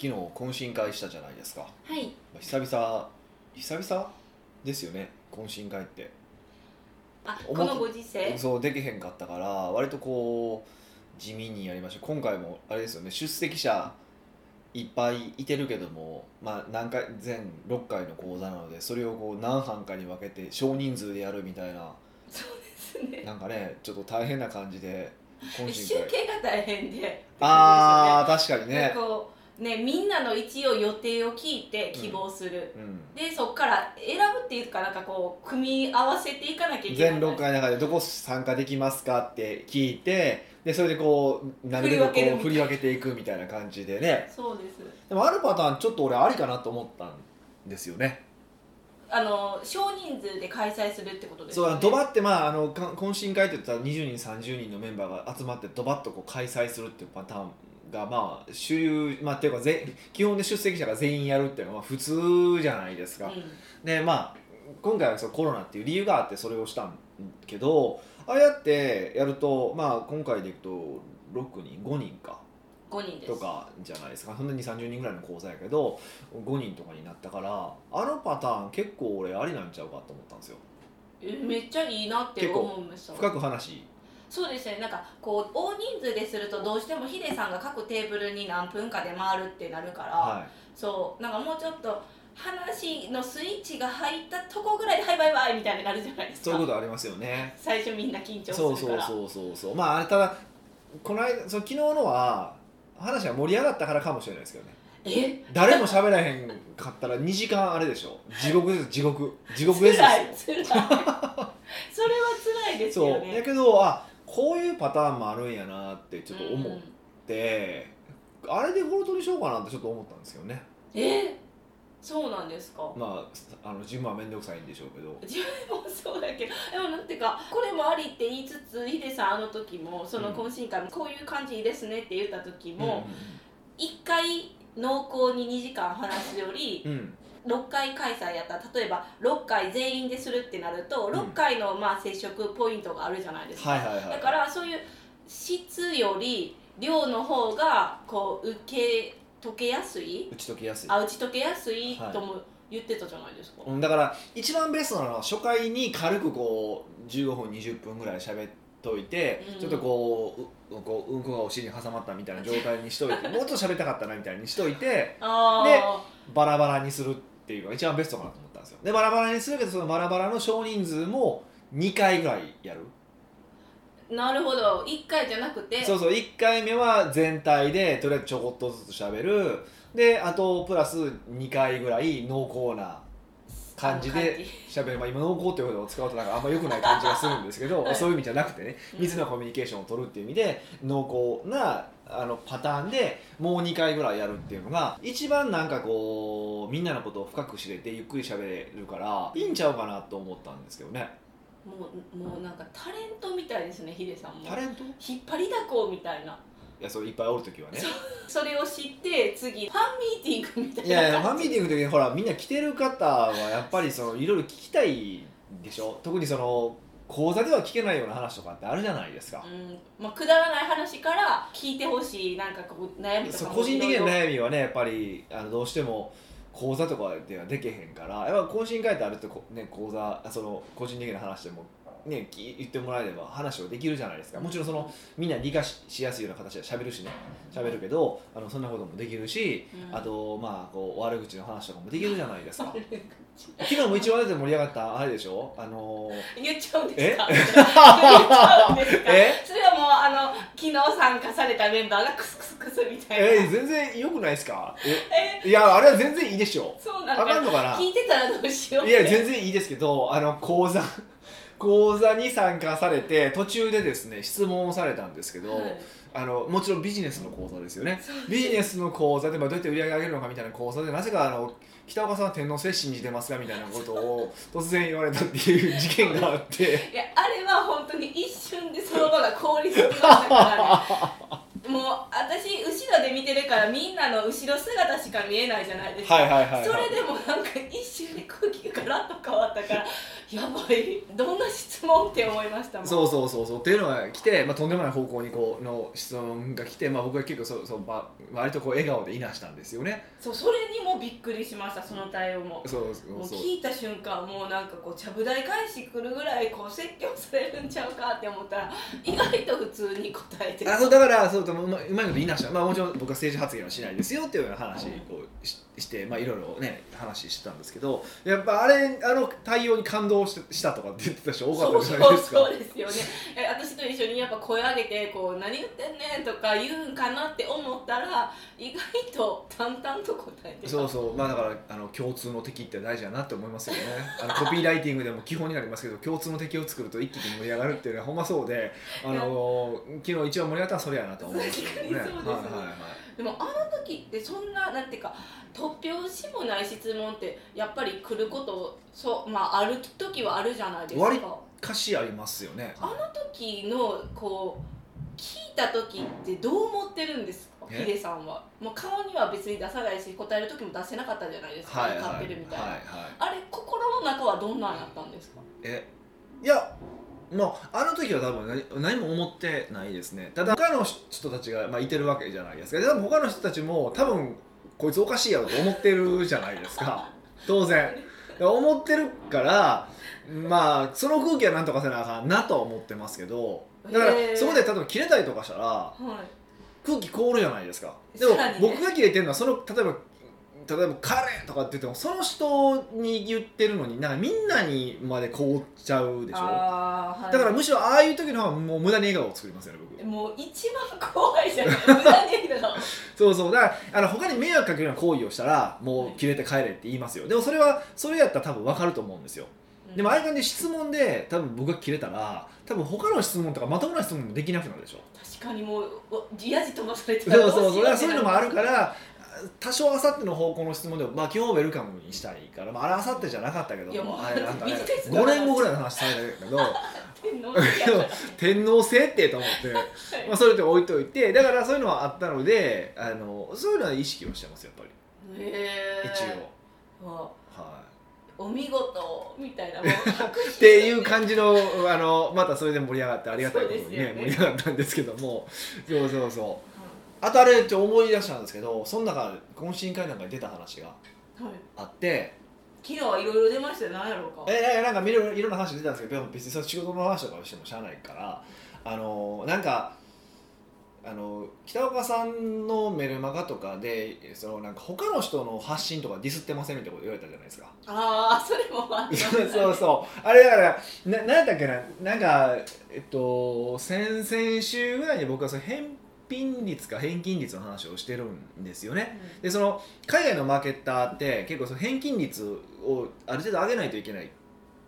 昨日懇親会したじゃないですかはい久々久々ですよね懇親会ってあおこものご時世そうできへんかったから割とこう地味にやりました今回もあれですよね出席者いっぱいいてるけども、まあ、何回全6回の講座なのでそれをこう何班かに分けて少人数でやるみたいなそうですねなんかねちょっと大変な感じで懇集親会計が大変であー確かにねね、こうねみんなの一応予定を聞いて希望する、うん、でそこから選ぶっていうかなんかこう組み合わせていかなきゃいけな全い6回の中でどこ参加できますかって聞いてでそれでこうなるべくこ振り分けるみたいうな振り分けていくみたいな感じでねそうですでもあるパターンちょっと俺ありかなと思ったんですよねあの少人数で開催するってことですそうよあのねドバってまああのか懇親会って言ったら20人30人のメンバーが集まってドバッとこう開催するっていうパターンがまあ主流まあっていうかぜ基本で出席者が全員やるっていうのはまあ普通じゃないですか、うんでまあ今回はそのコロナっていう理由があってそれをしたんけどああやってやるとまあ今回でいくと6人5人か5人ですとかじゃないですかそんなに30人ぐらいの講座やけど5人とかになったからあのパターン結構俺ありなんちゃうかと思ったんですよえめっちゃいいなって思いました深く話そうですねなんかこう大人数でするとどうしてもヒデさんが各テーブルに何分かで回るってなるから、はそうなんかもうちょっと話のスイッチが入ったとこぐらいで「はいバイバイ」みたいになるじゃないでいすかそういうことありますよね最初みんな緊張すそうるそかうらそうそうそうまああれただこの間その昨日のは話が盛り上がったからかもしれないですけどねえ誰も喋らへんかったら2時間あれでしょ地獄です地獄地獄ですよ辛い辛いそれは辛いですそようやねけどあこういうパターンもあるんやなってちょっと思うっんて、あれでフォルトにしようかなってちょっと思ったんですよねえそうなんですかまああの自分は面倒くさいんでしょうけど自分もそうだけどでもなんていうかこれもありって言いつつヒデさんあの時もその懇親会もこういう感じいいですねって言った時も一回濃厚に2時間話すよりうん、うん6回開催やったら例えば6回全員でするってなるとん6回のまあ接触ポイントがあるじゃないですか、はいはいはいだからそういう質より量の方がこう受け解けやすい打ち解けやすいあ打ち解けやすいはいとも言ってたじゃないですか、うんだから一番ベストなのは初回に軽くこう15分20分ぐらい喋っといて、うんちょっとこううこううんこがお尻に挟まったみたいな状態にしとい てもっと喋りたかったなみたいにしといてあバラバラにするっていうのが一番ベストかなと思ったんですよでバラバラにするけどそのバラバラの少人数も2回ぐらいやるあなるほど1回じゃなくてそうそう1回目は全体でとりあえずちょこっとずつ喋るであとプラス2回ぐらい濃厚なあの感じで喋る、まあ、今濃厚ということを使うとなんかあんま良くない感じがするんですけど、はいそういう意味じゃなくてねうん密なコミュニケーションを取るっていう意味で濃厚なあのパターンでもう2回ぐらいやるっていうのが一番なんかこうみんなのことを深く知れてゆっくり喋れるからいいんちゃうかなと思ったんですけどねもうもうなんかタレントみたいですねヒデさんもタレントい引っ張りだこみたいなやそういっぱいおる時はねそれを知って次ファンミーティングみたいいなやいやファンミーティングの時にほらみんな来てる方はやっぱりそのいろいろ聞きたいでしょ特にその講座では聞けないような話とかってあるじゃないですか、うんまあ、くだらない話から聞いてほしいなんかこう悩みとそうか個人的いなろいろ悩みはねやっぱりあのどうしても講座とかではできへんからやっぱ懇親会ってあるとこ、ね、講座その個人的な話でも、ね、き言ってもらえれば話はできるじゃないですかもちろんそのみんな理解ししやすいような形で喋るしね喋るけどあのそんなこともできるしうんあとまあこう悪口の話とかもできるじゃないですか悪口昨日も一応あれで盛り上がったあれでしょあのー 言っちゃうんですかえ 言っちゃうんですかえそれはもうあの昨日参加されたメンバーがクスクスクスみたいなえ全然良くないですかええいやあれは全然いいでしょそうあなのかかんのかな聞いてたらどうしよういや全然いいですけどあの講座 講座に参加されて途中でですね質問をされたんですけど、はいあのもちろんビジネスの講座ですよねビジネスの講座で、まあ、どうやって売り上げ上げるのかみたいな講座でなぜかあの北岡さんは天皇制信じてますがみたいなこと を突然言われたっていう事件があって いやあれは本当に一瞬でその場が凍りつきましたからねもう私後ろで見てるからみんなの後ろ姿しか見えないじゃないですか、はいはいはい、はい、それでもなんか一瞬で空気がガラッと変わったから やばいどんな質問って思いましたもんそうそうそうそうっていうのが来て、まあ、とんでもない方向にこうの質問が来て、まあ、僕は結構そうそうば割とこう笑顔でいなしたんですよねそうそれにもびっくりしましたその対応もそうそもううそう聞いた瞬間もうなんかこうちゃぶ台返し来るぐらいこう説教されるんちゃうかって思っ たら意外と普通に答えてあそうだからそうだうまうまいこと言いなした、まあ、もちろん僕は政治発言はしないですよっていうような話をしして、まあ、いろいろね話してたんですけどやっぱあれあの対応に感動ししたとかって言ってた人多かったじゃないですかそうそうそうですよねえ私と一緒にやっぱ声上げてこう「何言ってんねん」とか言うんかなって思ったら意外と淡々と答えてたそうそうまあだからあの共通の敵って大事だなって思いますよねあのコピーライティングでも基本になりますけど共通の敵を作ると一気に盛り上がるっていうのはほんまそうであの昨日一番盛り上がったのはそれやなと思うんですけどね。はい確かにはそうですねでもあの時ってそんななんていうか突拍子もない質問ってやっぱり来ることそうまあある時はあるじゃないです割かい歌詞ありますよね。あの時のこう聞いた時ってどう思ってるんですかえヒデさんはもう顔には別に出さないし答える時も出せなかったじゃないですか、はいはいカはッいペルみたいな、はい。あれ心の中はどんなんやったんですかえいやまああの時は多分何何も思ってないですねただ他の人たちが、まあ、いてるわけじゃないですかで多分他の人たちも多分こいつおかしいやろと思ってるじゃないです か当然だから思ってるからまあその空気はなんとかせなあかんなとは思ってますけどだからへーそこで例えば切れたりとかしたらはい空気凍るじゃないですかでもさらにね僕が切れてるのはその例えば例えば「カレー」とかって言ってもその人に言ってるのになんかみんなにまで凍っちゃうでしょあーはいだからむしろああいう時の方がもう無駄に笑顔を作りますよね僕もう一番怖いじゃない無駄に言うのがそうそうだからあの他に迷惑かけるような行為をしたらもう切れて帰れって言いますよでもそれはそれやったら多分分かると思うんですよ でもああいう感じで質問で多分僕が切れたら多分他の質問とかまともな質問もできなくなるでしょ確かにもうおやじ飛ばされてたらそうそうどそうしよそういうのもあるってなりますから多少あさっての方向の質問でもまあ今日ウェルカムにしたいから、まあ、あれあさってじゃなかったけどいやもうあれなんかねビジネスの5話年後ぐらいの話された けど天皇制やから天皇制ってと思って、はいまあ、それで置いといてだからそういうのはあったのであのそういうのは意識をしてますやっぱり、へー一も応、はうお見事みたいなもうい、っていう感じのあのまたそれで盛り上がってありがたいことにそうですねよね盛り上がったんですけどもそうそうそうあとあれって思い出したんですけどその中懇親会なんかに出た話がはいあって昨日はいろいろ出ましたよ何やろうかええなんかいろいろいろんな話出たんですけど別にその仕事の話とかをしてもしゃあないからあのなんかあの北岡さんのメルマガとかでそのなんか他の人の発信とかディスってませんみたいなこと言われたじゃないですかああそれもありましそう たそうそうあれだからななんやったっけななんかえっと先々週ぐらいに僕はその返品率か返金率の話をしてるんですよねうんでその海外のマーケッターって結構その返金率をある程度上げないといけない、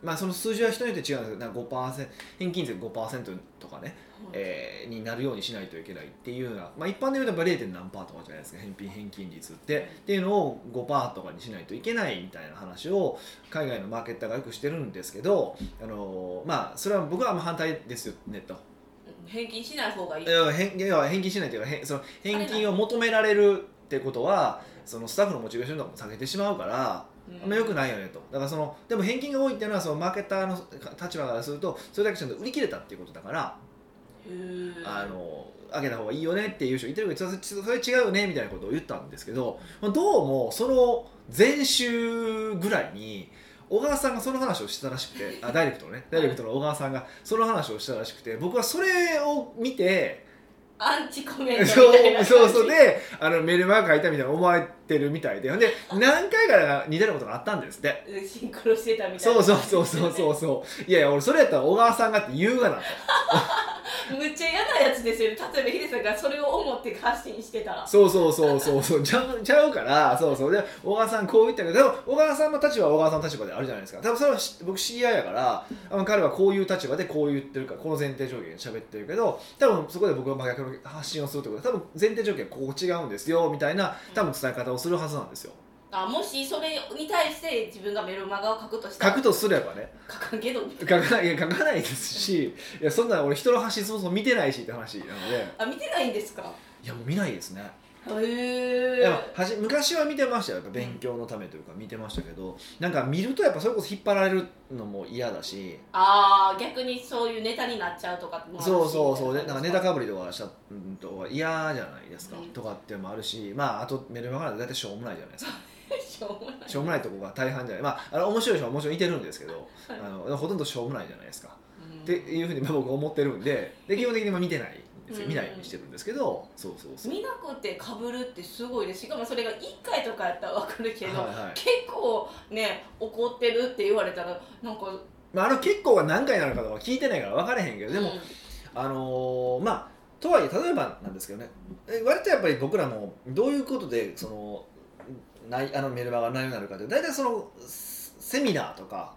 まあ、その数字は人によって違うんですけどなんか5%返金率が5%とかね、えーになるようにしないといけないっていうような、まあ、一般で言うとやっぱ 0. 何パーとかじゃないですか返品返金率ってっていうのを5%パーとかにしないといけないみたいな話を海外のマーケッターがよくしてるんですけど、あのーまあ、それは僕はあんま反対ですよねと返金しない方がいいいや返いや返金しないというか返その返金を求められるってことはそのスタッフのモチベーションとかも下げてしまうからあんま良くいないよねとだからそのでも返金が多いっていうのはそのマーケターの立場からするとそれだけちゃんと売り切れたっていうことだから、あの上げた方がいいよねっていう人いてるけどそれそれ違うねみたいなことを言ったんですけどまあどうもその前週ぐらいに小川さんがその話をしてたらしくてあダイレクトのねダイレクトの小川さんがその話をしたらしくて僕はそれを見てアンチコメントみそうたいな感じそうそうであのメルマガ書いたみたいな思われてるみたいでほんで何回か似たようなことがあったんですってうんシンクロしてたみたいそなうそうそうそうそうそういやいや俺それやったら小川さんがって言うがなとむっちゃ嫌なやつですよね例えばヒデさんがそれを思って発信してたらそうそうそうそうそうちゃうちゃうからそうそうで小川さんこう言ったけど多分小川さんの立場は小川さんの立場であるじゃないですか多分それはし僕知り合いやからあの彼はこういう立場でこう言ってるからこの前提条件で喋ってるけど多分そこで僕が真逆の発信をするってことは多分前提条件はこう違うんですよみたいな多分伝え方をするはずなんですよあもしそれに対して自分がメルマガを書くとした書らくとすればね書かんけど 書かないいや書かないですしいやそんな俺人の発信そもそも見てないしって話なのであ見てないんですかいやもう見ないですね、へいえやはじ昔は見てましたよやっぱ勉強のためというか見てましたけど、なんか見るとやっぱそれこそ引っ張られるのも嫌だしああ逆にそういうネタになっちゃうとかってもあるしそうそうそうねみたないんか感ネじタかぶりとかしたうんとか嫌じゃないですか、うんとかっていうのもあるしまああとメルマガなんて大体しょうもないじゃないですか しょうもないしょうもないとこが大半じゃないまああの面白い人はもちろんいてるんですけど、はいあのほとんどしょうもないじゃないですかうんっていうふうにまあ僕は思ってるんでで基本的にまあ見てないんですようん見ないようにしてるんですけど、そうそうそう見なくてかぶるってすごいですしかもそれが1回とかやったらわかるけど、はいはい結構ね怒ってるって言われたらなんかまあ、あの結構が何回なのかとか聞いてないから分からへんけどでも、うんあのーまあとはいえ例えばなんですけどねえ割とやっぱり僕らもどういうことでそのないあのメルマガの内容になるかって大体そのセセミナーとか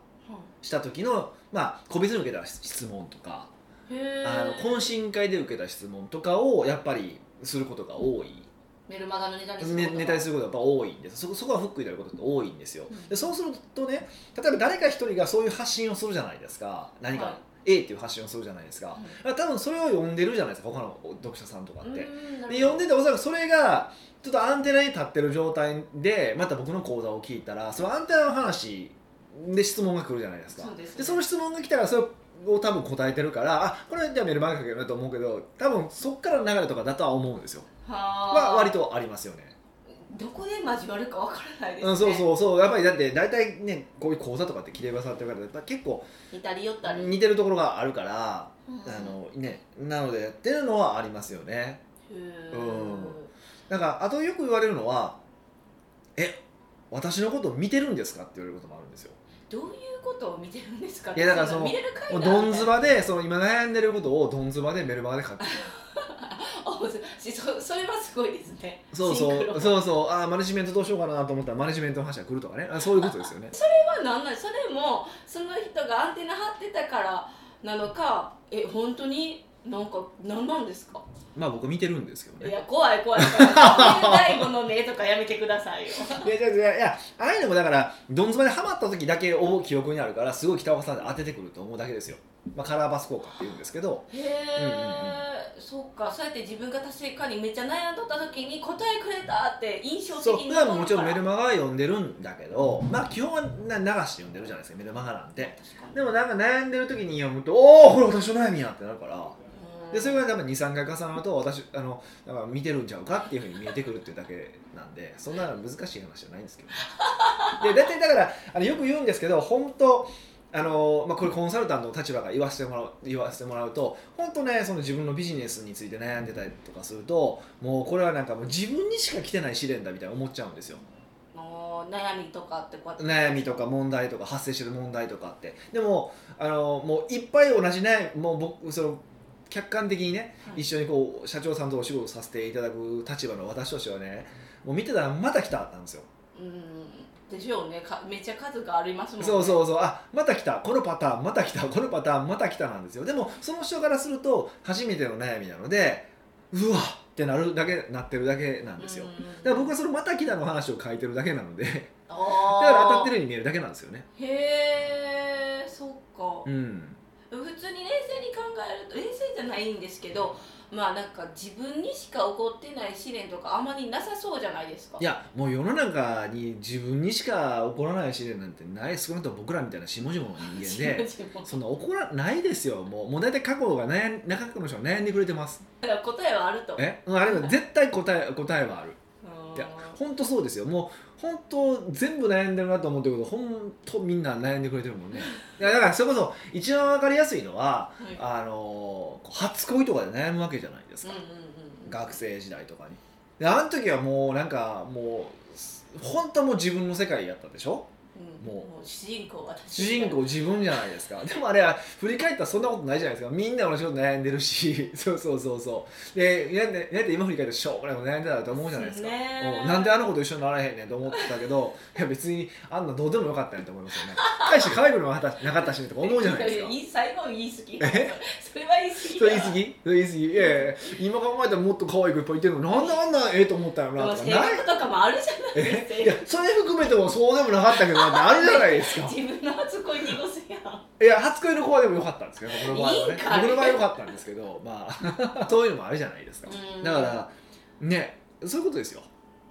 した時のまあ個別に受けた質問とかへえあの懇親会で受けた質問とかをやっぱりすることが多いメルマガのネタにするねことがネタにすることがやっぱ多いんですそこそこはフックになることって多いんですようんでそうするとね例えば誰か一人がそういう発信をするじゃないですか何か、は A っていう発信をするじゃないですか、だから多分それを読んでるじゃないですか他の読者さんとかうっんて。うんなるほどで読んでておそらくそれがちょっとアンテナに立ってる状態でまた僕の講座を聞いたらそのアンテナの話で質問が来るじゃないですか。そうですねその質問が来たらそれを多分答えてるからあこれじゃあメールマガ書けるなと思うけど多分そっからの流れとかだとは思うんですよ。はは割ととありますよね。どこで交わるかわからないですね、うん、そうそうそうやっぱりだって大体ねこういう講座とかって来てくださってる方やっぱ結構似たり寄ったり、似てるところがあるから、うんあのねなのでっていうのはありますよね。へうーんなんかあとよく言われるのは「え私のこと見てるんですか?」って言われることもあるんですよ。どういうことを見てるんですかいやだからその見れる回もうだどんずばでその今悩んでることをどんずばでメルマガで書く あそそそれはすごいですねそうシンクそロうそうそうあーマネジメントどうしようかなと思ったらマネジメントの話が来るとかねあそういうことですよね。 それはなんなんそれもその人がアンテナ張ってたからなのかえ本当になんかなんなんですかまあ僕見てるんですけどいね。や怖い怖い怖い大悟のねとかやめてくださいよいやいやいやいやああいうのもだからどんずばでハマった時だけを記憶にあるからすごい北岡さんで当ててくると思うだけですよ。まあ、カラーバス効果って言うんですけどへえ、そっかそうやって自分が達成感にめっちゃ悩んどった時に答えくれたって印象的そうに普残るから段ももちろんメルマガは読んでるんだけどまあ基本はな流して読んでるじゃないですかメルマガなんて。確かにでもなんか悩んでる時に読むと「おおこれ私の悩みや」ってなるからうんでそれが多分23回重なると私あのなんか見てるんちゃうかっていうふうに見えてくるっていうだけなんでそんな難しい話じゃないんですけど、ね、で大体だからあのよく言うんですけど本当あのまあ、これコンサルタントの立場から言わせてもらう言わせてもらうと本当ねその自分のビジネスについて悩んでたりとかするともうこれはなんかもう自分にしか来てない試練だみたいな思っちゃうんですよ。の悩みとかってこうやって悩みとか問題とか発生してる問題とかってでもあのもういっぱい同じ悩みもう僕その客観的にねはい一緒にこう社長さんとお仕事させていただく立場の私としてはねもう見てたらまた来たなんですよ、うんでしょうねかめっちゃ数がありますもんねそうそうそうあまた来たこのパターンまた来たこのパターンまた来たなんですよでもその人からすると初めての悩みなのでうわっってなるだけなってるだけなんですよ、うんだから僕はその「また来た」の話を書いてるだけなのでだあから当たーってるように見えるだけなんですよねへえそっか、うん普通に冷静に考えると冷静じゃないんですけどまあなんか自分にしか起こってない試練とかあまりなさそうじゃないですかいやもう世の中に自分にしか起こらない試練なんてない少なくとも僕らみたいな下々の人間 で自分もそんな起こらないですよもうもう大体過去が悩ん中の人が悩んでくれてますだから答えはあるとえうんあれは絶対答え答えはあるうんいや本当そうですよもう本当全部悩んでるなと思ってること本当みんな悩んでくれてるもんねいやだからそれこそ一番わかりやすいのははいあの初恋とかで悩むわけじゃないですうんかうんうんうん学生時代とかにであの時はもうなんかもう本当もう自分の世界やったでしょうんもうもう主人公は主人公自分じゃないですかでもあれは振り返ったらそんなことないじゃないですかみんな同じこと悩んでるし そうそうそうそうでやってやって今振り返ったらしょうもないこと悩んでたと思うじゃないですかねえうんなんであの子と一緒にならへんねんと思ってたけどいや別にあんなどうでもよかったんやと思いますよね大して可愛くもなかったなかったしねとか思うじゃないですかやい最後は言い過ぎえそれは言い過ぎそれ言い過ぎそれ言い過ぎいやいや今考えたらもっと可愛い子いっぱいいてるのになんであんなええと思ったんやろなでもとか性ない格とかもあるじゃないですかえいやそれ含めてもそうでもなかったけどなんてあるじゃないですか 自分の初恋濁すやんいや初恋の子はでも良かったんですけど僕の場合はねいいんか い僕の場合は良かったんですけどまあそういうのもあるじゃないですかうんだからねそういうことですよ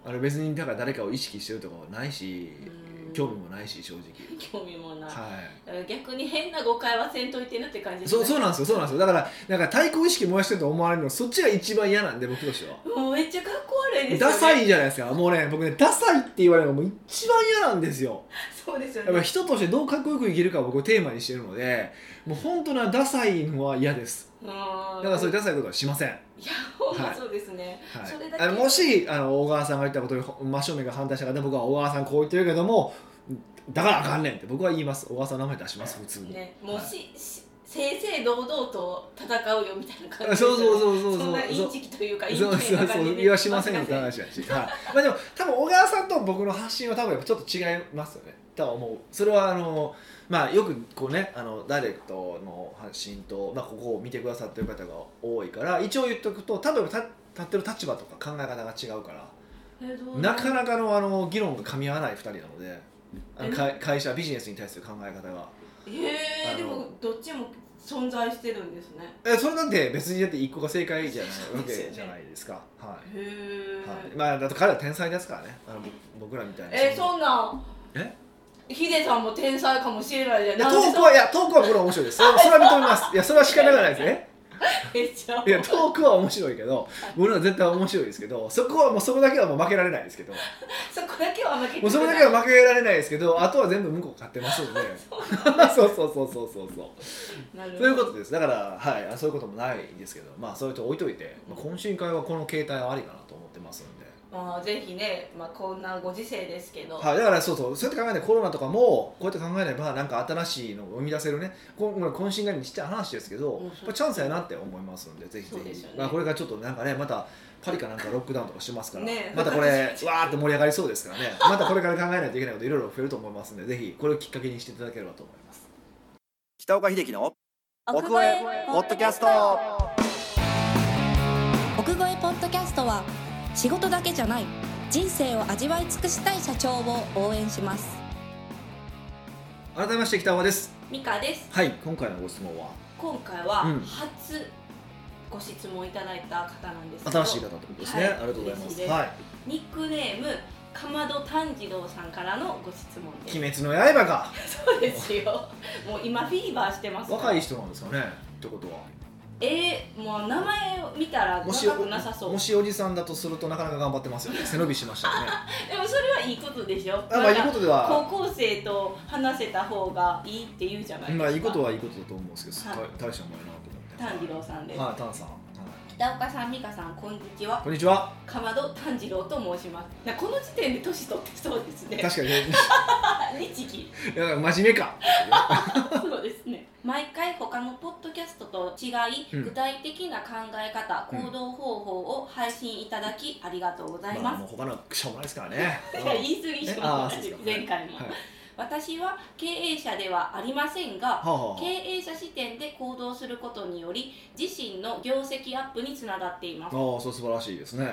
あれ別にだから誰かを意識してるとかはないしうん興味もないし正直興味もない、はいだから逆に変な誤解はせんといてなって感じですそうそうななんですよそうなんですよだからなんか対抗意識燃やしてると思われるのそっちが一番嫌なんで僕としてはもうめっちゃかっこ悪いですよ、ダね、サいじゃないですかもうね僕ねダサいって言われるのがもう一番嫌なんですよそうですよやっぱね人としてどうかっこよく生きるかを僕テーマにしてるのでもう本当なダサいのは嫌ですうんだからそういういダサいことはしません、はい、やほんまそうですね、それだけあのもしあの小川さんが言ったことにほ真正面が反対した方僕は小川さんこう言ってるけどもだからあかんねんって僕は言います小川さんの名前出します普通に、ねもうはいし、し正々堂々と戦うよみたいな感 じそうそうそうそうそんなイそうンチキというかインチそうキそうな感そじうで言わしませんよってね話やし、はい、まあでも多分小川さんと僕の発信は多分やっぱちょっと違いますよね多分もうそれはあのまあよくこうねあのダイレクトの発信と、まあ、ここを見てくださってる方が多いから一応言っとくと多分た立ってる立場とか考え方が違うからえどうなかなかのあの議論が噛み合わない2人なのであのえ会会社ビジネスに対する考え方があえのー、でもどっちも存在してるんですねえそれなんて別にだって一個が正解じゃないそうわですよけねじゃないですかはいへえ、はい、まあだって彼は天才ですからねあのぼ僕らみたいなえそんなんえヒデさんも天才かもしれないじゃんいやなトんでーそクはいやトークは僕ら面白いですそれそれは認めますいやそれは仕方がないですねえじゃあいやトークは面白いけど僕らは絶対面白いですけどそこはもうそこだけはもう負けられないですけどもそこだけは負けてうそこだけは負けられないですけどあとは全部向こう買ってますんでそうそうそうそうそうそうなるほどそういうことですだからはいあそういうこともないんですけどまあそういうと置いといて、まあ、懇親会はこの形態はありかなと思ってますんでまあぜひね、まあ、こんなご時世ですけど、はい、だからそうそうそうやって考えてコロナとかもこうやって考えればなんか新しいのを生み出せるねこん懇親会にちっちゃい話ですけど、うんやっぱチャンスやなって思いますんでぜひぜそうでひ、すよねまあ、これからちょっとなんかねまたパリかなんかロックダウンとかしてますから、ねえまたこれわーって盛り上がりそうですからねまたこれから考えないといけないこといろいろ増えると思いますんでぜひこれをきっかけにしていただければと思います北岡秀樹の奥越えポッドキャスト奥越えポッドキャストは仕事だけじゃない人生を味わい尽くしたい社長を応援します改めまして北岡ですミカですはい今回のご質問は今回はうん初ご質問いただいた方なんですけど新しい方ってことですね、はいありがとうございま嬉しいすですはいニックネームかまど炭治郎さんからのご質問「です鬼滅の刃」かそうですよもう今フィーバーしてますから若い人なんですかねってことはえー、もう名前を見たらもしお若くなさそうもしおじさんだとするとなかなか頑張ってますよね背伸びしましたよ ねでもそれはいいことでしょあまあいいことでは高校生と話せた方がいいって言うじゃないですか、まあいいことはいいことだと思うんですけど、はい大大したもんやなと思って炭治郎さんです、はい丹さん、はい北岡さん美香さんこんにちはこんにちはかまど炭治郎と申しますなこの時点で年取ってそうですね 確かにあ日記いや真面目かそうですね毎回他のポッドキャストと違い、うん具体的な考え方うん行動方法を配信いただきありがとうございまあます、もう他のしょうもないですからねいや言い過ぎしましえあーそうですたか前回も、はい私は経営者ではありませんが、はあはあ経営者視点で行動することにより自身の業績アップにつながっていますああそう素晴らしいですね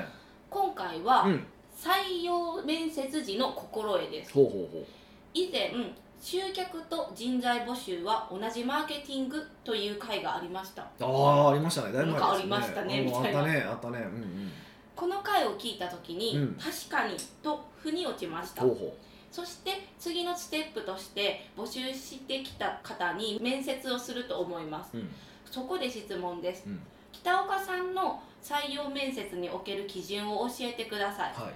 今回はうん採用面接時の心得ですほうほうほ以前集客と人材募集は同じマーケティングという回がありましたうああありましたねだいぶ前ですねなんかありましたねみたいなあったねあったねうんうんこの回を聞いた時に、うん確かにと腑に落ちましたほうほそして次のステップとして募集してきた方に面接をすると思いますううんそこで質問ですうん北岡さんの採用面接における基準を教えてくださいはい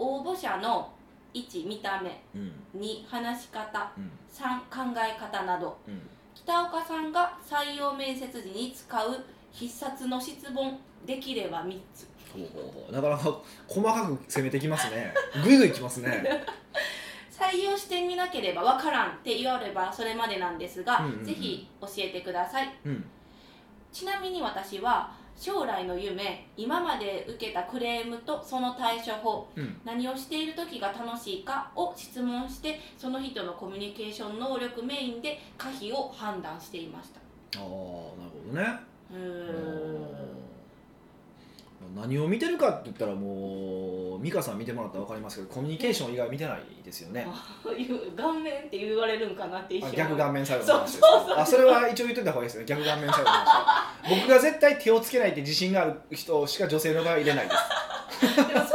応募者の1見た目うん2話し方うん3考え方などうん北岡さんが採用面接時に使う必殺の質問できれば3つほうほうほうなかなか細かく攻めてきますねぐいぐいきますね採用してみなければわからんって言わればそれまでなんですが、うんうんうんぜひ教えてくださいうんちなみに私は将来の夢今まで受けたクレームとその対処法うん何をしている時が楽しいかを質問してその人のコミュニケーション能力メインで可否を判断していましたああなるほどねうーん何を見てるかって言ったらもう美香さん見てもらったら分かりますけどコミュニケーション以外見てないですよねあこういう顔面って言われるんかなって一あ瞬逆顔面作用のそう話ですねあそれは一応言っといた方がいいですね逆顔面作用の話僕が絶対手をつけないって自信がある人しか女性の場合入れないですでもそれも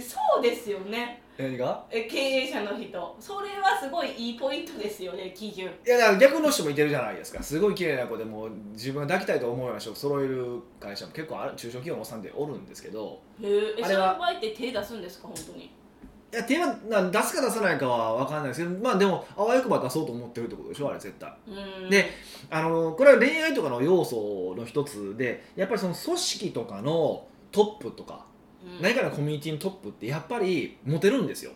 そうですよね何がえ経営者の人それはすごいいいポイントですよね基準いやだから逆の人もいてるじゃないですかすごい綺麗な子でもう自分が抱きたいと思うような人を揃える会社も結構ある中小企業のおっさんでおるんですけどへーあえそれれはは場合って手出すんですか本当にいや手はな出すか出さないかは分かんないですけどまあでもあわよくば出そうと思ってるってことでしょあれ絶対うーんであのこれは恋愛とかの要素の一つでやっぱりその組織とかのトップとかうん何かのコミュニティのトップってやっぱりモテるんですよ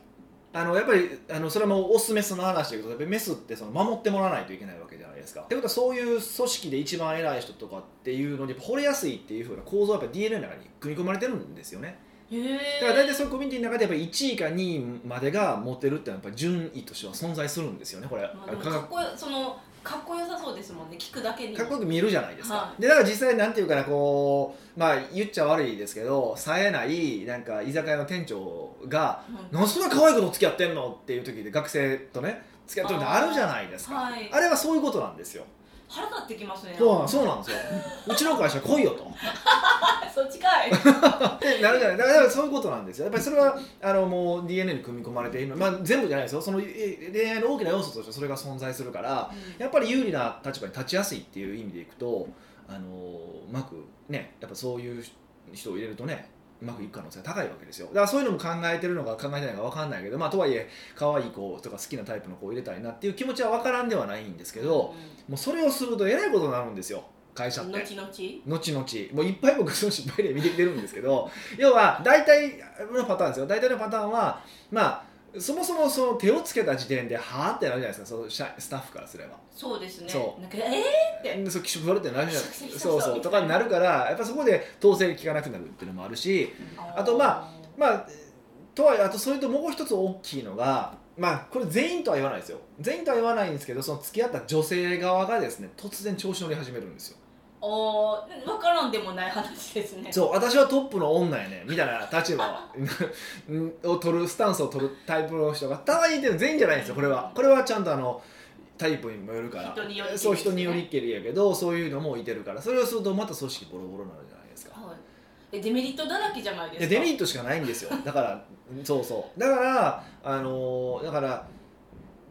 あのやっぱりあのそれはもうオスメスの話でいうとやっぱりメスってその守ってもらわないといけないわけじゃないですかってことはそういう組織で一番偉い人とかっていうのにやっぱ惚れやすいっていうふうな構造はやっぱ DNA の中に組み込まれてるんですよねへだから大体えそのコミュニティの中でやっぱり1位か2位までがモテるってのはやっぱ順位としては存在するんですよねこれ、まあでも科か学っこよそのかっこよさそうですもんね聞くだけにかっこよく見えるじゃないですか、はでだから実際なんていうかなこうまあ言っちゃ悪いですけど冴えないなんか居酒屋の店長がうん「なんでそんな可愛い子と付き合ってんの?」っていう時で学生とね付き合ってるのあるじゃないですかあ,、はいれはそういうことなんですよ腹立ってきますねそうなんそうなんですようちの会社来いよとそっちかっいてなるじゃないだからだからそういうことなんですよやっぱりそれはあのもう DNA に組み込まれているの、まあ、全部じゃないですよそのえ恋愛の大きな要素としてそれが存在するからやっぱり有利な立場に立ちやすいっていう意味でいくとあのうまくねやっぱそういう人を入れるとねうまくいく可能性が高いわけですよだからそういうのも考えてるのか考えてないのか分かんないけどまあとはいえ可愛い子とか好きなタイプの子を入れたいなっていう気持ちは分からんではないん ですけどもうそれをするとえらいことになるんですよ会社うっんて。後々後々もういっぱい僕その失敗例見てきてるんですけど要は大体のパターンですよ大体のパターンはまあそもそもその手をつけた時点ではあってなるじゃないですかその社スタッフからすればそうですねそうなんかえってでそう気色悪いってなるじゃないですかそうそうそうそうとかになるからやっぱそこで統制が効かなくなるっていうのもあるしーあとままあとはいえあとそれともう一つ大きいのがまあこれ全員とは言わないですよ全員とは言わないんですけどその付き合った女性側がですね突然調子乗り始めるんですよおー分からんでもない話ですねそう私はトップの女やねみたいな立場うん を取るスタンスを取るタイプの人がたまにいて全員じゃないんですよこれはこれはちゃんとあのタイプにもよるから人によりけりですそうね人によりけりやけどそういうのもいてるからそれをするとまた組織ボロボロになるじゃないですかはいえデメリットだらけじゃないですいやかデメリットしかないん ですよだからそうそうだからあのーだから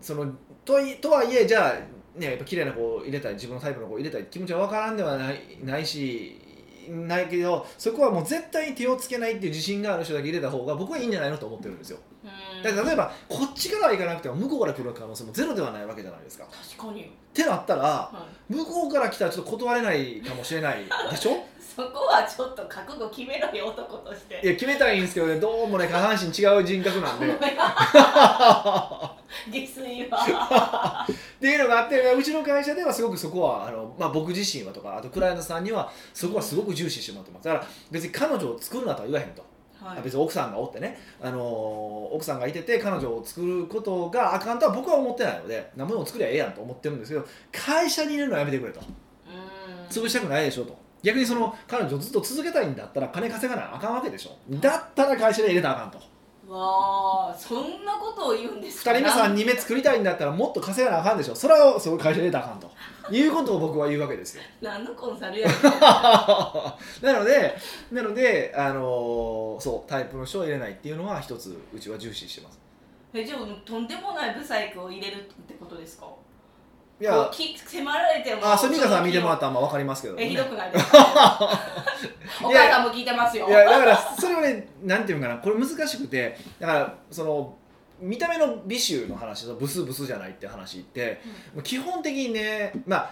そのとはいとはいえじゃあねやっぱ綺麗な子を入れたい自分のタイプの子を入れたい気持ちは分からんではないないしないけどそこはもう絶対に手をつけないっていう自信がある人だけ入れた方が僕はいいんじゃないのと思ってるんですようんだから例えばこっちからはいかなくても向こうから来る可能性もゼロではないわけじゃないですかっ確かに、てなったらは向こうから来たらちょっと断れないかもしれないでしょい、そこはちょっと覚悟決めろよ男としていや決めたいんですけどねどうもね下半身違う人格なんで 下水はっていうのがあってうちの会社ではすごくそこはあの、まあ、僕自身はとかあとクライアントさんにはそこはすごく重視してもらってますだから別に彼女を作るなとは言わへんと、はい別に奥さんがおってね、あのー奥さんがいてて彼女を作ることがあかんとは僕は思ってないので何も作りゃええやんと思ってるんですけど会社に入れるのはやめてくれとうん潰したくないでしょと逆にその彼女をずっと続けたいんだったら金稼がなあかんわけでしょだったら会社で入れたらあかんとわあそんなことを言うんです2人目3人目作りたいんだったらもっと稼がなあかんでしょそれをその会社で入れたらあかんということを僕は言うわけですよ何のコンサ ルやねんなのでなので、あのーそうタイプの人を入れないっていうのは一つうちは重視してますえじゃあとんでもないブサイクを入れるってことですかいいや迫られてもあそれ美香さん見てもらったらあんま分かりますけど、えね、ひどくな いですかお母さんも聞いてますよいやだからそれはねなんていうのかなこれ難しくてだからその見た目の美醜の話とブスブスじゃないって話って、もう基本的にねまあ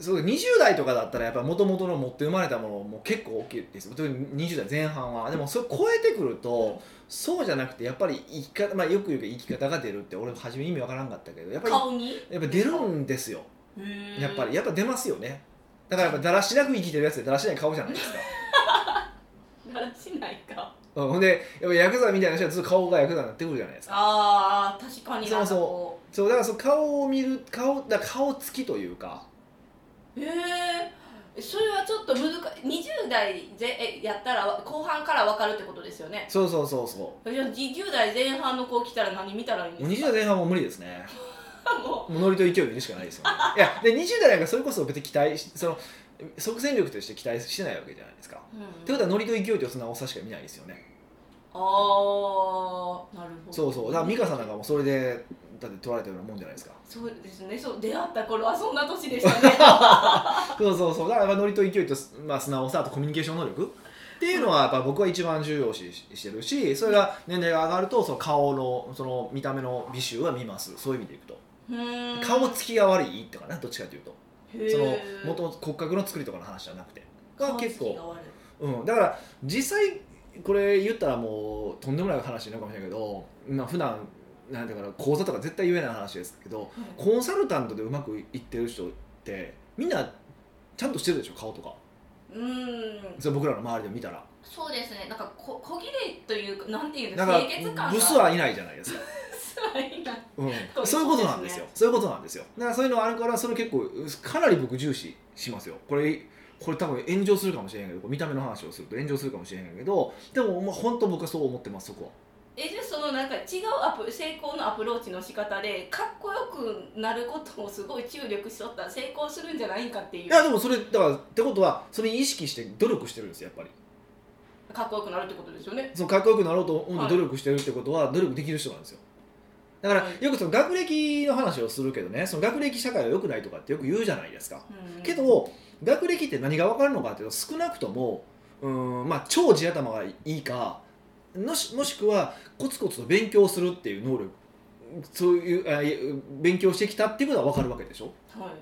そう20代とかだったらやっぱ元々の持って生まれたものも結構大きいです特に20代前半はでもそれ超えてくるとそうじゃなくてやっぱり生き方、まあ、よく言うけど生き方が出るって俺も初め意味わからんかったけどやっぱり顔にやっぱ出るんですよやっぱりややっぱ出ますよねだからやっぱだらしなく生きてるやつってだらしない顔じゃないですかだらしないかうんほんでやっぱヤクザみたいな人はずっと顔がヤクザになってくるじゃないですかあー確かになんかこそうだからその顔を見る顔だから顔つきというかうへえそれはちょっと難しい20代ぜえやったら後半から分かるってことですよねそうそうそうそじゃあ20代前半の子来たら何見たらいいんうもうで20す代か前半はもう無理ですねももうノリと勢いでいるしかないですよねいやで20代なんかそれこそ別に期待しその即戦力として期待してないわけじゃないですか。うんってことはノリと勢いと素直さしか見ないですよね。ああなるほどそうそうだから美香さんなんかもそれでだって取られたようなもんじゃないですか。そうですねそう出会った頃はそんな年でしたね そうそうそうだからやっぱノリと勢いと、まあ、素直さあとコミュニケーション能力っていうのはやっぱ僕は一番重要視してるしそれが年齢が上がるとその顔のその見た目の美醜は見ますそういう意味でいくとうん顔つきが悪いとかなどっちかというとへーその元々骨格の作りとかの話じゃなくてが顔つ結きが構、悪いうん、だから実際これ言ったらもうとんでもない話になるかもしれないけど、まあ普段なんていうかな講座とか絶対言えない話ですけどはいコンサルタントでうまくいってる人ってみんなちゃんとしてるでしょ顔とかうんそれ僕らの周りでも見たらそうですねなんかこ小切れというかなんていうんですだかか清潔感らがブスはいないじゃないですか、はいなうん、 そういうことなんですよそういうことなんですよだからそういうのあるからそれ結構かなり僕重視しますよこれこれ多分炎上するかもしれへんけどこれ見た目の話をすると炎上するかもしれへんけどでもまあ本当僕はそう思ってますそこはえじゃあそのなんか違うアプ成功のアプローチの仕方でかっこよくなることをすごい注力しとったら成功するんじゃないんかっていいうやでもそれだからってことはそれに意識して努力してるんですよやっぱりかっこよくなるってことですよねそのかっこよくなろうと思ってはい努力してるってことは努力できる人なんですよだからはいよくその学歴の話をするけどねその学歴社会は良くないとかってよく言うじゃないですかうんけど学歴って何が分かるのかっていうと少なくともうーんまあ超地頭がいいかのしもしくはコツコツと勉強するっていう能力そういうあいや勉強してきたっていうことは分かるわけでしょはいっ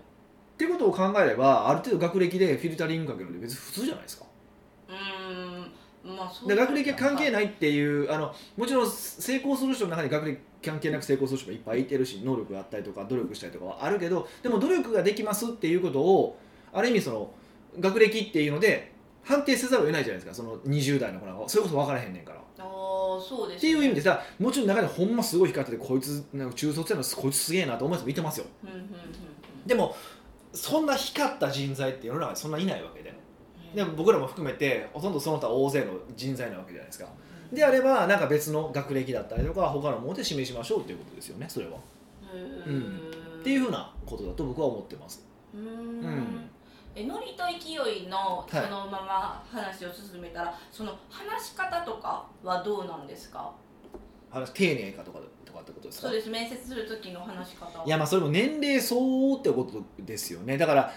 ていうことを考えればある程度学歴でフィルタリングかけるのって別に普通じゃないですかうーんまあそうで学歴は関係いないっていうあのもちろん成功する人の中に学歴関係なく成功する人もいっぱいいてるし能力があったりとか努力したりとかはあるけどでも努力ができますっていうことをある意味その学歴っていうので判定せざるを得ないじゃないですかその20代の子なんかはそれこそ分からへんねんから。っああそうです、ね、ていう意味でさもちろん中でほんますごい光っててこいつなんか中卒やのこいつすげえなと思う人もいてますようんうんうんでもそんな光った人材って世の中にそんないないわけでうんでも僕らも含めてほとんどその他大勢の人材なわけじゃないですかうんであればなんか別の学歴だったりとか他のもので示しましょうっていうことですよねそれは、うっていううふうなことだと僕は思ってますーんうんえノリと勢いのそのまま話を進めたら、その話し方とかはどうなんですか話丁寧かとかとかってことですかそうです面接する時の話し方いやまあそれも年齢相応ってことですよねだから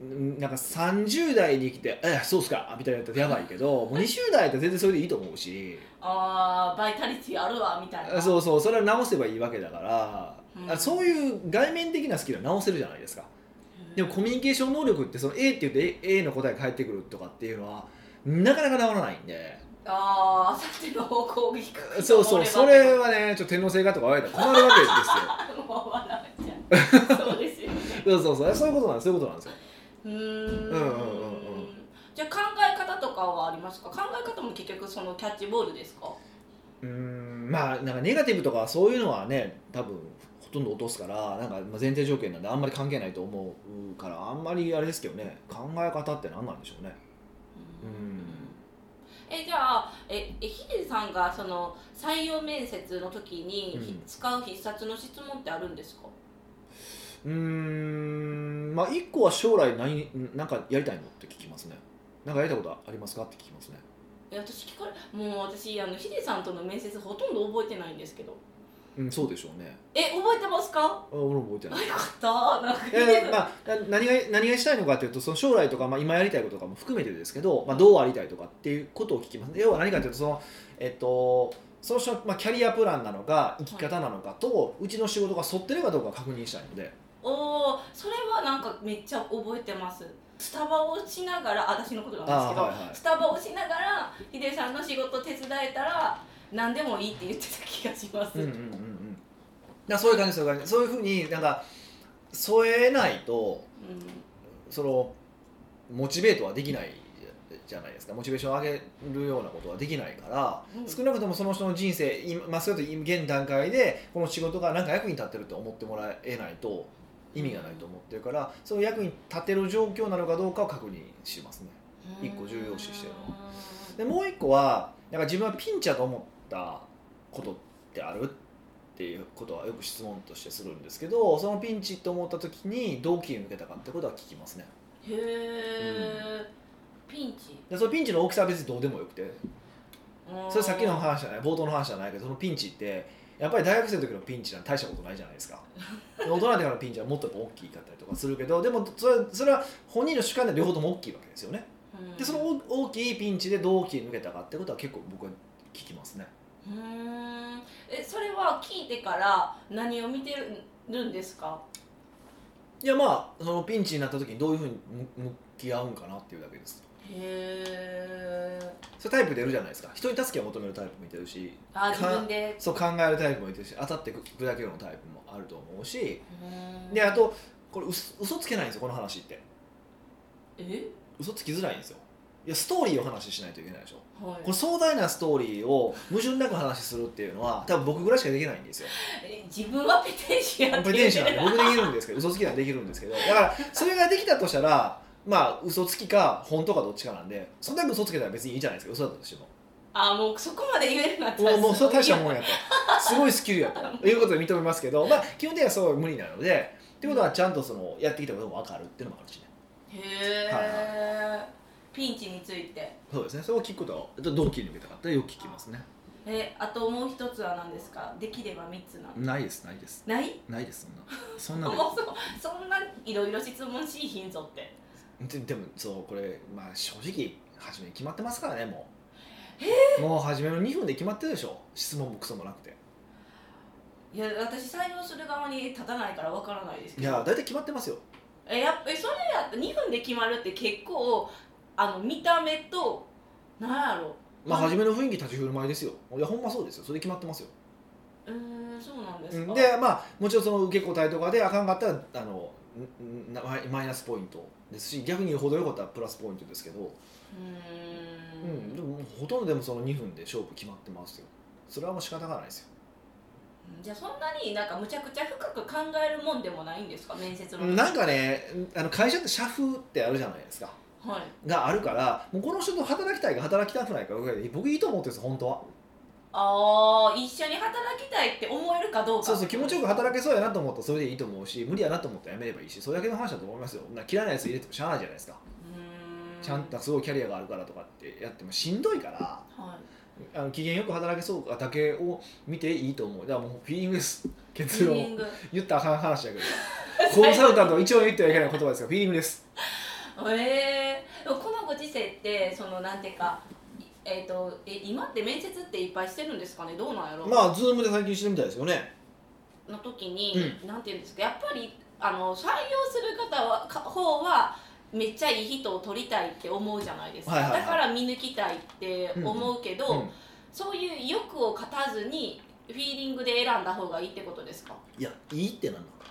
うんなんか30代に来て「えそうっすか」みたいなやったらやばいけどもう20代って全然それでいいと思うしあーバイタリティあるわみたいなそうそうそれは直せばいいわけだから、うんあそういう外面的なスキルは直せるじゃないですかでもコミュニケーション能力ってその A って言って A A の答えが返ってくるとかっていうのはなかなか直らないんでああさっきの方向が低く守れ ばそうそうそれはねちょっと天皇制がとか言われたら困るわけでもう笑っちゃう そうです よねすよそうそうそうそういうことなんですそういうことなんですようーんうんうんうんうんじゃあ考え方とかはありますか考え方も結局そのキャッチボールですかうーんまあなんかネガティブとかそういうのはね多分ほとんど落とすからなんかまあ前提条件なんであんまり関係ないと思うからあんまりあれですけどね考え方って何なんでしょうねうんえじゃあええヒデさんがその採用面接の時にひうん使う必殺の質問ってあるんですか、うーんまあ一個は将来何なんかやりたいのって聞きますねなんかやりたいことありますかって聞きますねえ私聞かれもう私あのヒデさんとの面接ほとんど覚えてないんですけどうんそうでしょうねえ覚えてますかあ俺も覚えてないあよかったなんかヒいやデさん、まあ、な何が何がしたいのかというとその将来とか、まあ、今やりたいこととかも含めてですけど、まあ、どうありたいとかっていうことを聞きます要は何かというとその,、えっとその人のまあ、キャリアプランなのか生き方なのかと、うちの仕事が沿ってるかどうかを確認したいのでおおそれはなんかめっちゃ覚えてますスタバをしながらあ私のことなんですけど、あーはいはいスタバをしながらヒデさんの仕事手伝えたら何でもいいって言ってた気がします、うんうんうんうんだからそういう感じそういう感じそういうふうになんか添えないとうそのモチベートはできないじゃないですかモチベーションを上げるようなことはできないから、うん少なくともその人の人生今、まあ、それと現段階でこの仕事が何か役に立ってると思ってもらえないと意味がないと思ってるからその役に立てる状況なのかどうかを確認しますねん一個重要視してるのでもう一個はなんか自分はピンチやと思ったことってあるっていうことはよく質問としてするんですけどそのピンチと思った時に動機に向けたかってことは聞きますねへへえ、ピンチでそのピンチの大きさは別にどうでもよくてそれさっきのあ話じゃない冒頭の話じゃないけどそのピンチってやっぱり大学生の時のピンチなんて大したことないじゃないです かで大人になってからのピンチはもっとやっぱ大きかったりとかするけどでもそれそれは本人の主観で両方とも大きいわけですよねーうんでその大大きいピンチでどう切り抜けたかってことは結構僕は聞きますねうーんえそれは聞いてから何を見てるんですかいやまあそのピンチになった時にどういうふうに向向き合うんかなっていうだけですへえそれタイプ出るじゃないですか人に助けを求めるタイプもいてるしあ自分でそう考えるタイプもいてるし当たって砕けるのタイプもあると思うしうーんであとこれ嘘嘘つけないんですよこの話ってえ嘘つきづらいんですよいやストーリーを話しないといけないでしょはいこれ壮大なストーリーを矛盾なく話するっていうのは多分僕ぐらいしかできないんですよえ自分はペテンシアってペテンシャルなんで僕できるんですけど嘘つきなんでできるんですけどだからそれができたとしたらまあ嘘つきか本当かどっちかなんでそんなに嘘つけたら別にいいじゃないですか嘘だとしてもあもうそこまで言えるなもうもうそれは大したんもんやとすごいスキルやということで認めますけどまあ基本的にはそう無理なのでってことはちゃんとそのやってきたことも分かるっていうのもあるしねへえピンチについてそうですねそれを聞くことはどう切り抜けたかってよく聞きますねえあともう一つは何ですかできれば三つなのないですないですないないですそんなも そんうなそそんないろいろ質問しいひんぞってででもそうこれまあ正直初めに決まってますからねもうもう初めの2分で決まってるでしょ質問もクソもなくていや私採用する側に立たないからわからないですいけどや大体決まってますよえやっぱえそれやった2分で決まるって結構あの見た目となんやろまあはい初めの雰囲気立ち振る舞いですよいやほんまそうですよそれで決まってますようーんそうなんでうすかんでまあもちろんその受け答えとかであかんかったらあのんんなマイマイナスポイントですし逆に程よかったらプラスポイントですけど、うーうんん、でもほとんどでもその2分で勝負決まってますよそれはもう仕方がないですよじゃあそんなになんかむちゃくちゃ深く考えるもんでもないんですか面接の時なんかねあの会社って社風ってあるじゃないですかはいがあるからもうこの人と働きたいか働きたくないかぐらいで僕いいと思ってるんですよ本当はああ一緒に働きたいって思えるかどうかそうそう気持ちよく働けそうやなと思ったらそれでいいと思うし無理やなと思ったらやめればいいしそれだけの話だと思いますよな嫌いなやつ入れてもしゃあないじゃないですかうーちゃんとすごいキャリアがあるからとかってやってもしんどいからは あの機嫌よく働けそうかだけを見ていいと思うだからもうフィーリングですい結フィーリ論ング言ったらあかん話だけどコンサルタントは一応言ってはいけない言葉ですよフィーリングですえー、でもこのご時世ってそのなんていうかえっ、とえ今って面接っていっぱいしてるんですかねどうなんやろ、まあズームで最近してみたいですよねの時に、なんていうんですかやっぱりあの採用する方はか方はめっちゃいい人を取りたいって思うじゃないですか、はいはいはいだから見抜きたいって思うけど、うんそういう欲を勝たずにフィーリングで選んだ方がいいってことですかいやいいってなんだ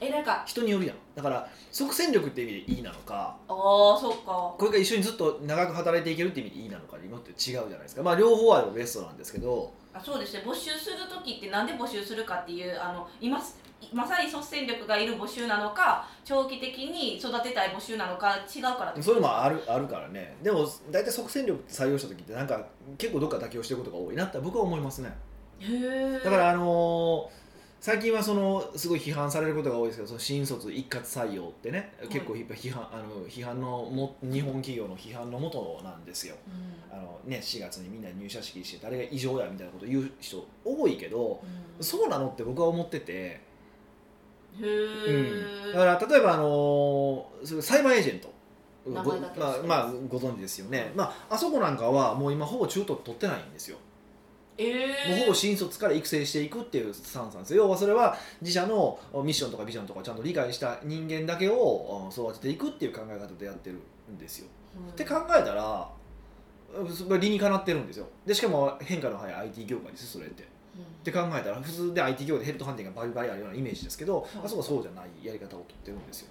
えなんか人によるやんだから即戦力って意味でいいなのかああそっかこれが一緒にずっと長く働いていけるって意味でいいなのかによって違うじゃないですかまあ両方あればベストなんですけどあそうですね募集する時ってなんで募集するかっていうあの今すまさに率先力がいる募集なのか長期的に育てたい募集なのか違うからってことそういうのもあるあるからねでも大体即戦力って採用した時ってなんか結構どっか妥協してることが多いなって僕は思いますねへえだからあのー最近はそのすごい批判されることが多いですけどその新卒一括採用ってね結構批判あの批判のも日本企業の批判のもとなんですようんあの、ね、4月にみんな入社式して誰が異常やみたいなこと言う人多いけどうんそうなのって僕は思ってて、へうん、え、だから例えば、あのーそれサイバーエージェント名ご前だけまあ知ってますまあ、ご存知ですよね、まあ、あそこなんかはもう今ほぼ中途取ってないんですよ、ええもうほぼ新卒から育成していくっていうスタンスなんですよ要はそれは自社のミッションとかビジョンとかちゃんと理解した人間だけをうん育てていくっていう考え方でやってるんですようんって考えたらうんそ理にかなってるんですよでしかも変化の早い IT 業界ですそれってっうんて考えたら普通で IT 業界でヘッドハンティングがバリバリあるようなイメージですけど、いあそこはそうじゃないやり方をとってるんですよ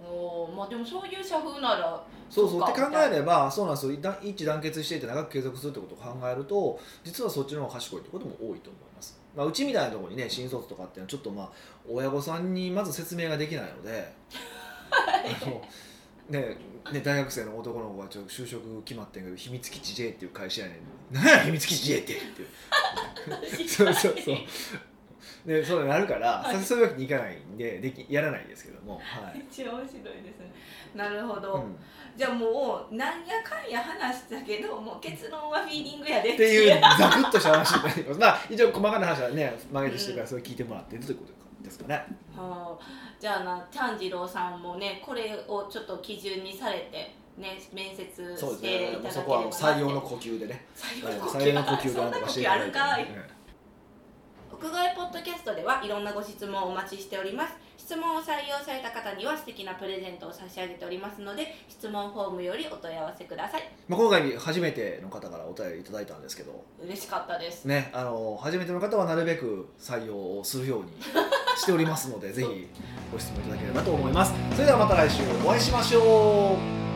おーまあでもそういう社風なら そうそうそっうかて考えればそうなんですよ一旦一致団結していて長く継続するってことを考えると実はそっちの方が賢いってことも多いと思います、まあ、うちみたいなところにね新卒とかっていうのはちょっとまあ親御さんにまず説明ができないのであのねね大学生の男の子がちょっと就職決まってんけど秘密基地 J って いう会社やねん何や秘密基地 J ってっていうそうそうそうでそうなるから、はいさそういうわけにいかないんでできやらないですけども、はい一応面白いですねなるほど、うん、っじゃあもうなんやかんや話したけどもう結論はフィーリングやでっていう うざくっとした話になりますまあ一応細かな話はね曲げてしてからそれ聞いてもらってるということですかね。はあ、じゃあな炭治郎さんもねこれをちょっと基準にされてね面接そうでしすねていただければなってそこはもう採用の呼吸で ね採用の呼吸採用の呼吸でなんとかしていただいて そんな呼吸あるかい屋外ポッドキャストではいろんなご質問をお待ちしております質問を採用された方には素敵なプレゼントを差し上げておりますので質問フォームよりお問い合わせくださいまあ、今回初めての方からお便りいただいたんですけど、嬉しかったですね、あの初めての方はなるべく採用をするようにしておりますのでぜひご質問いただければと思いますそれではまた来週お会いしましょう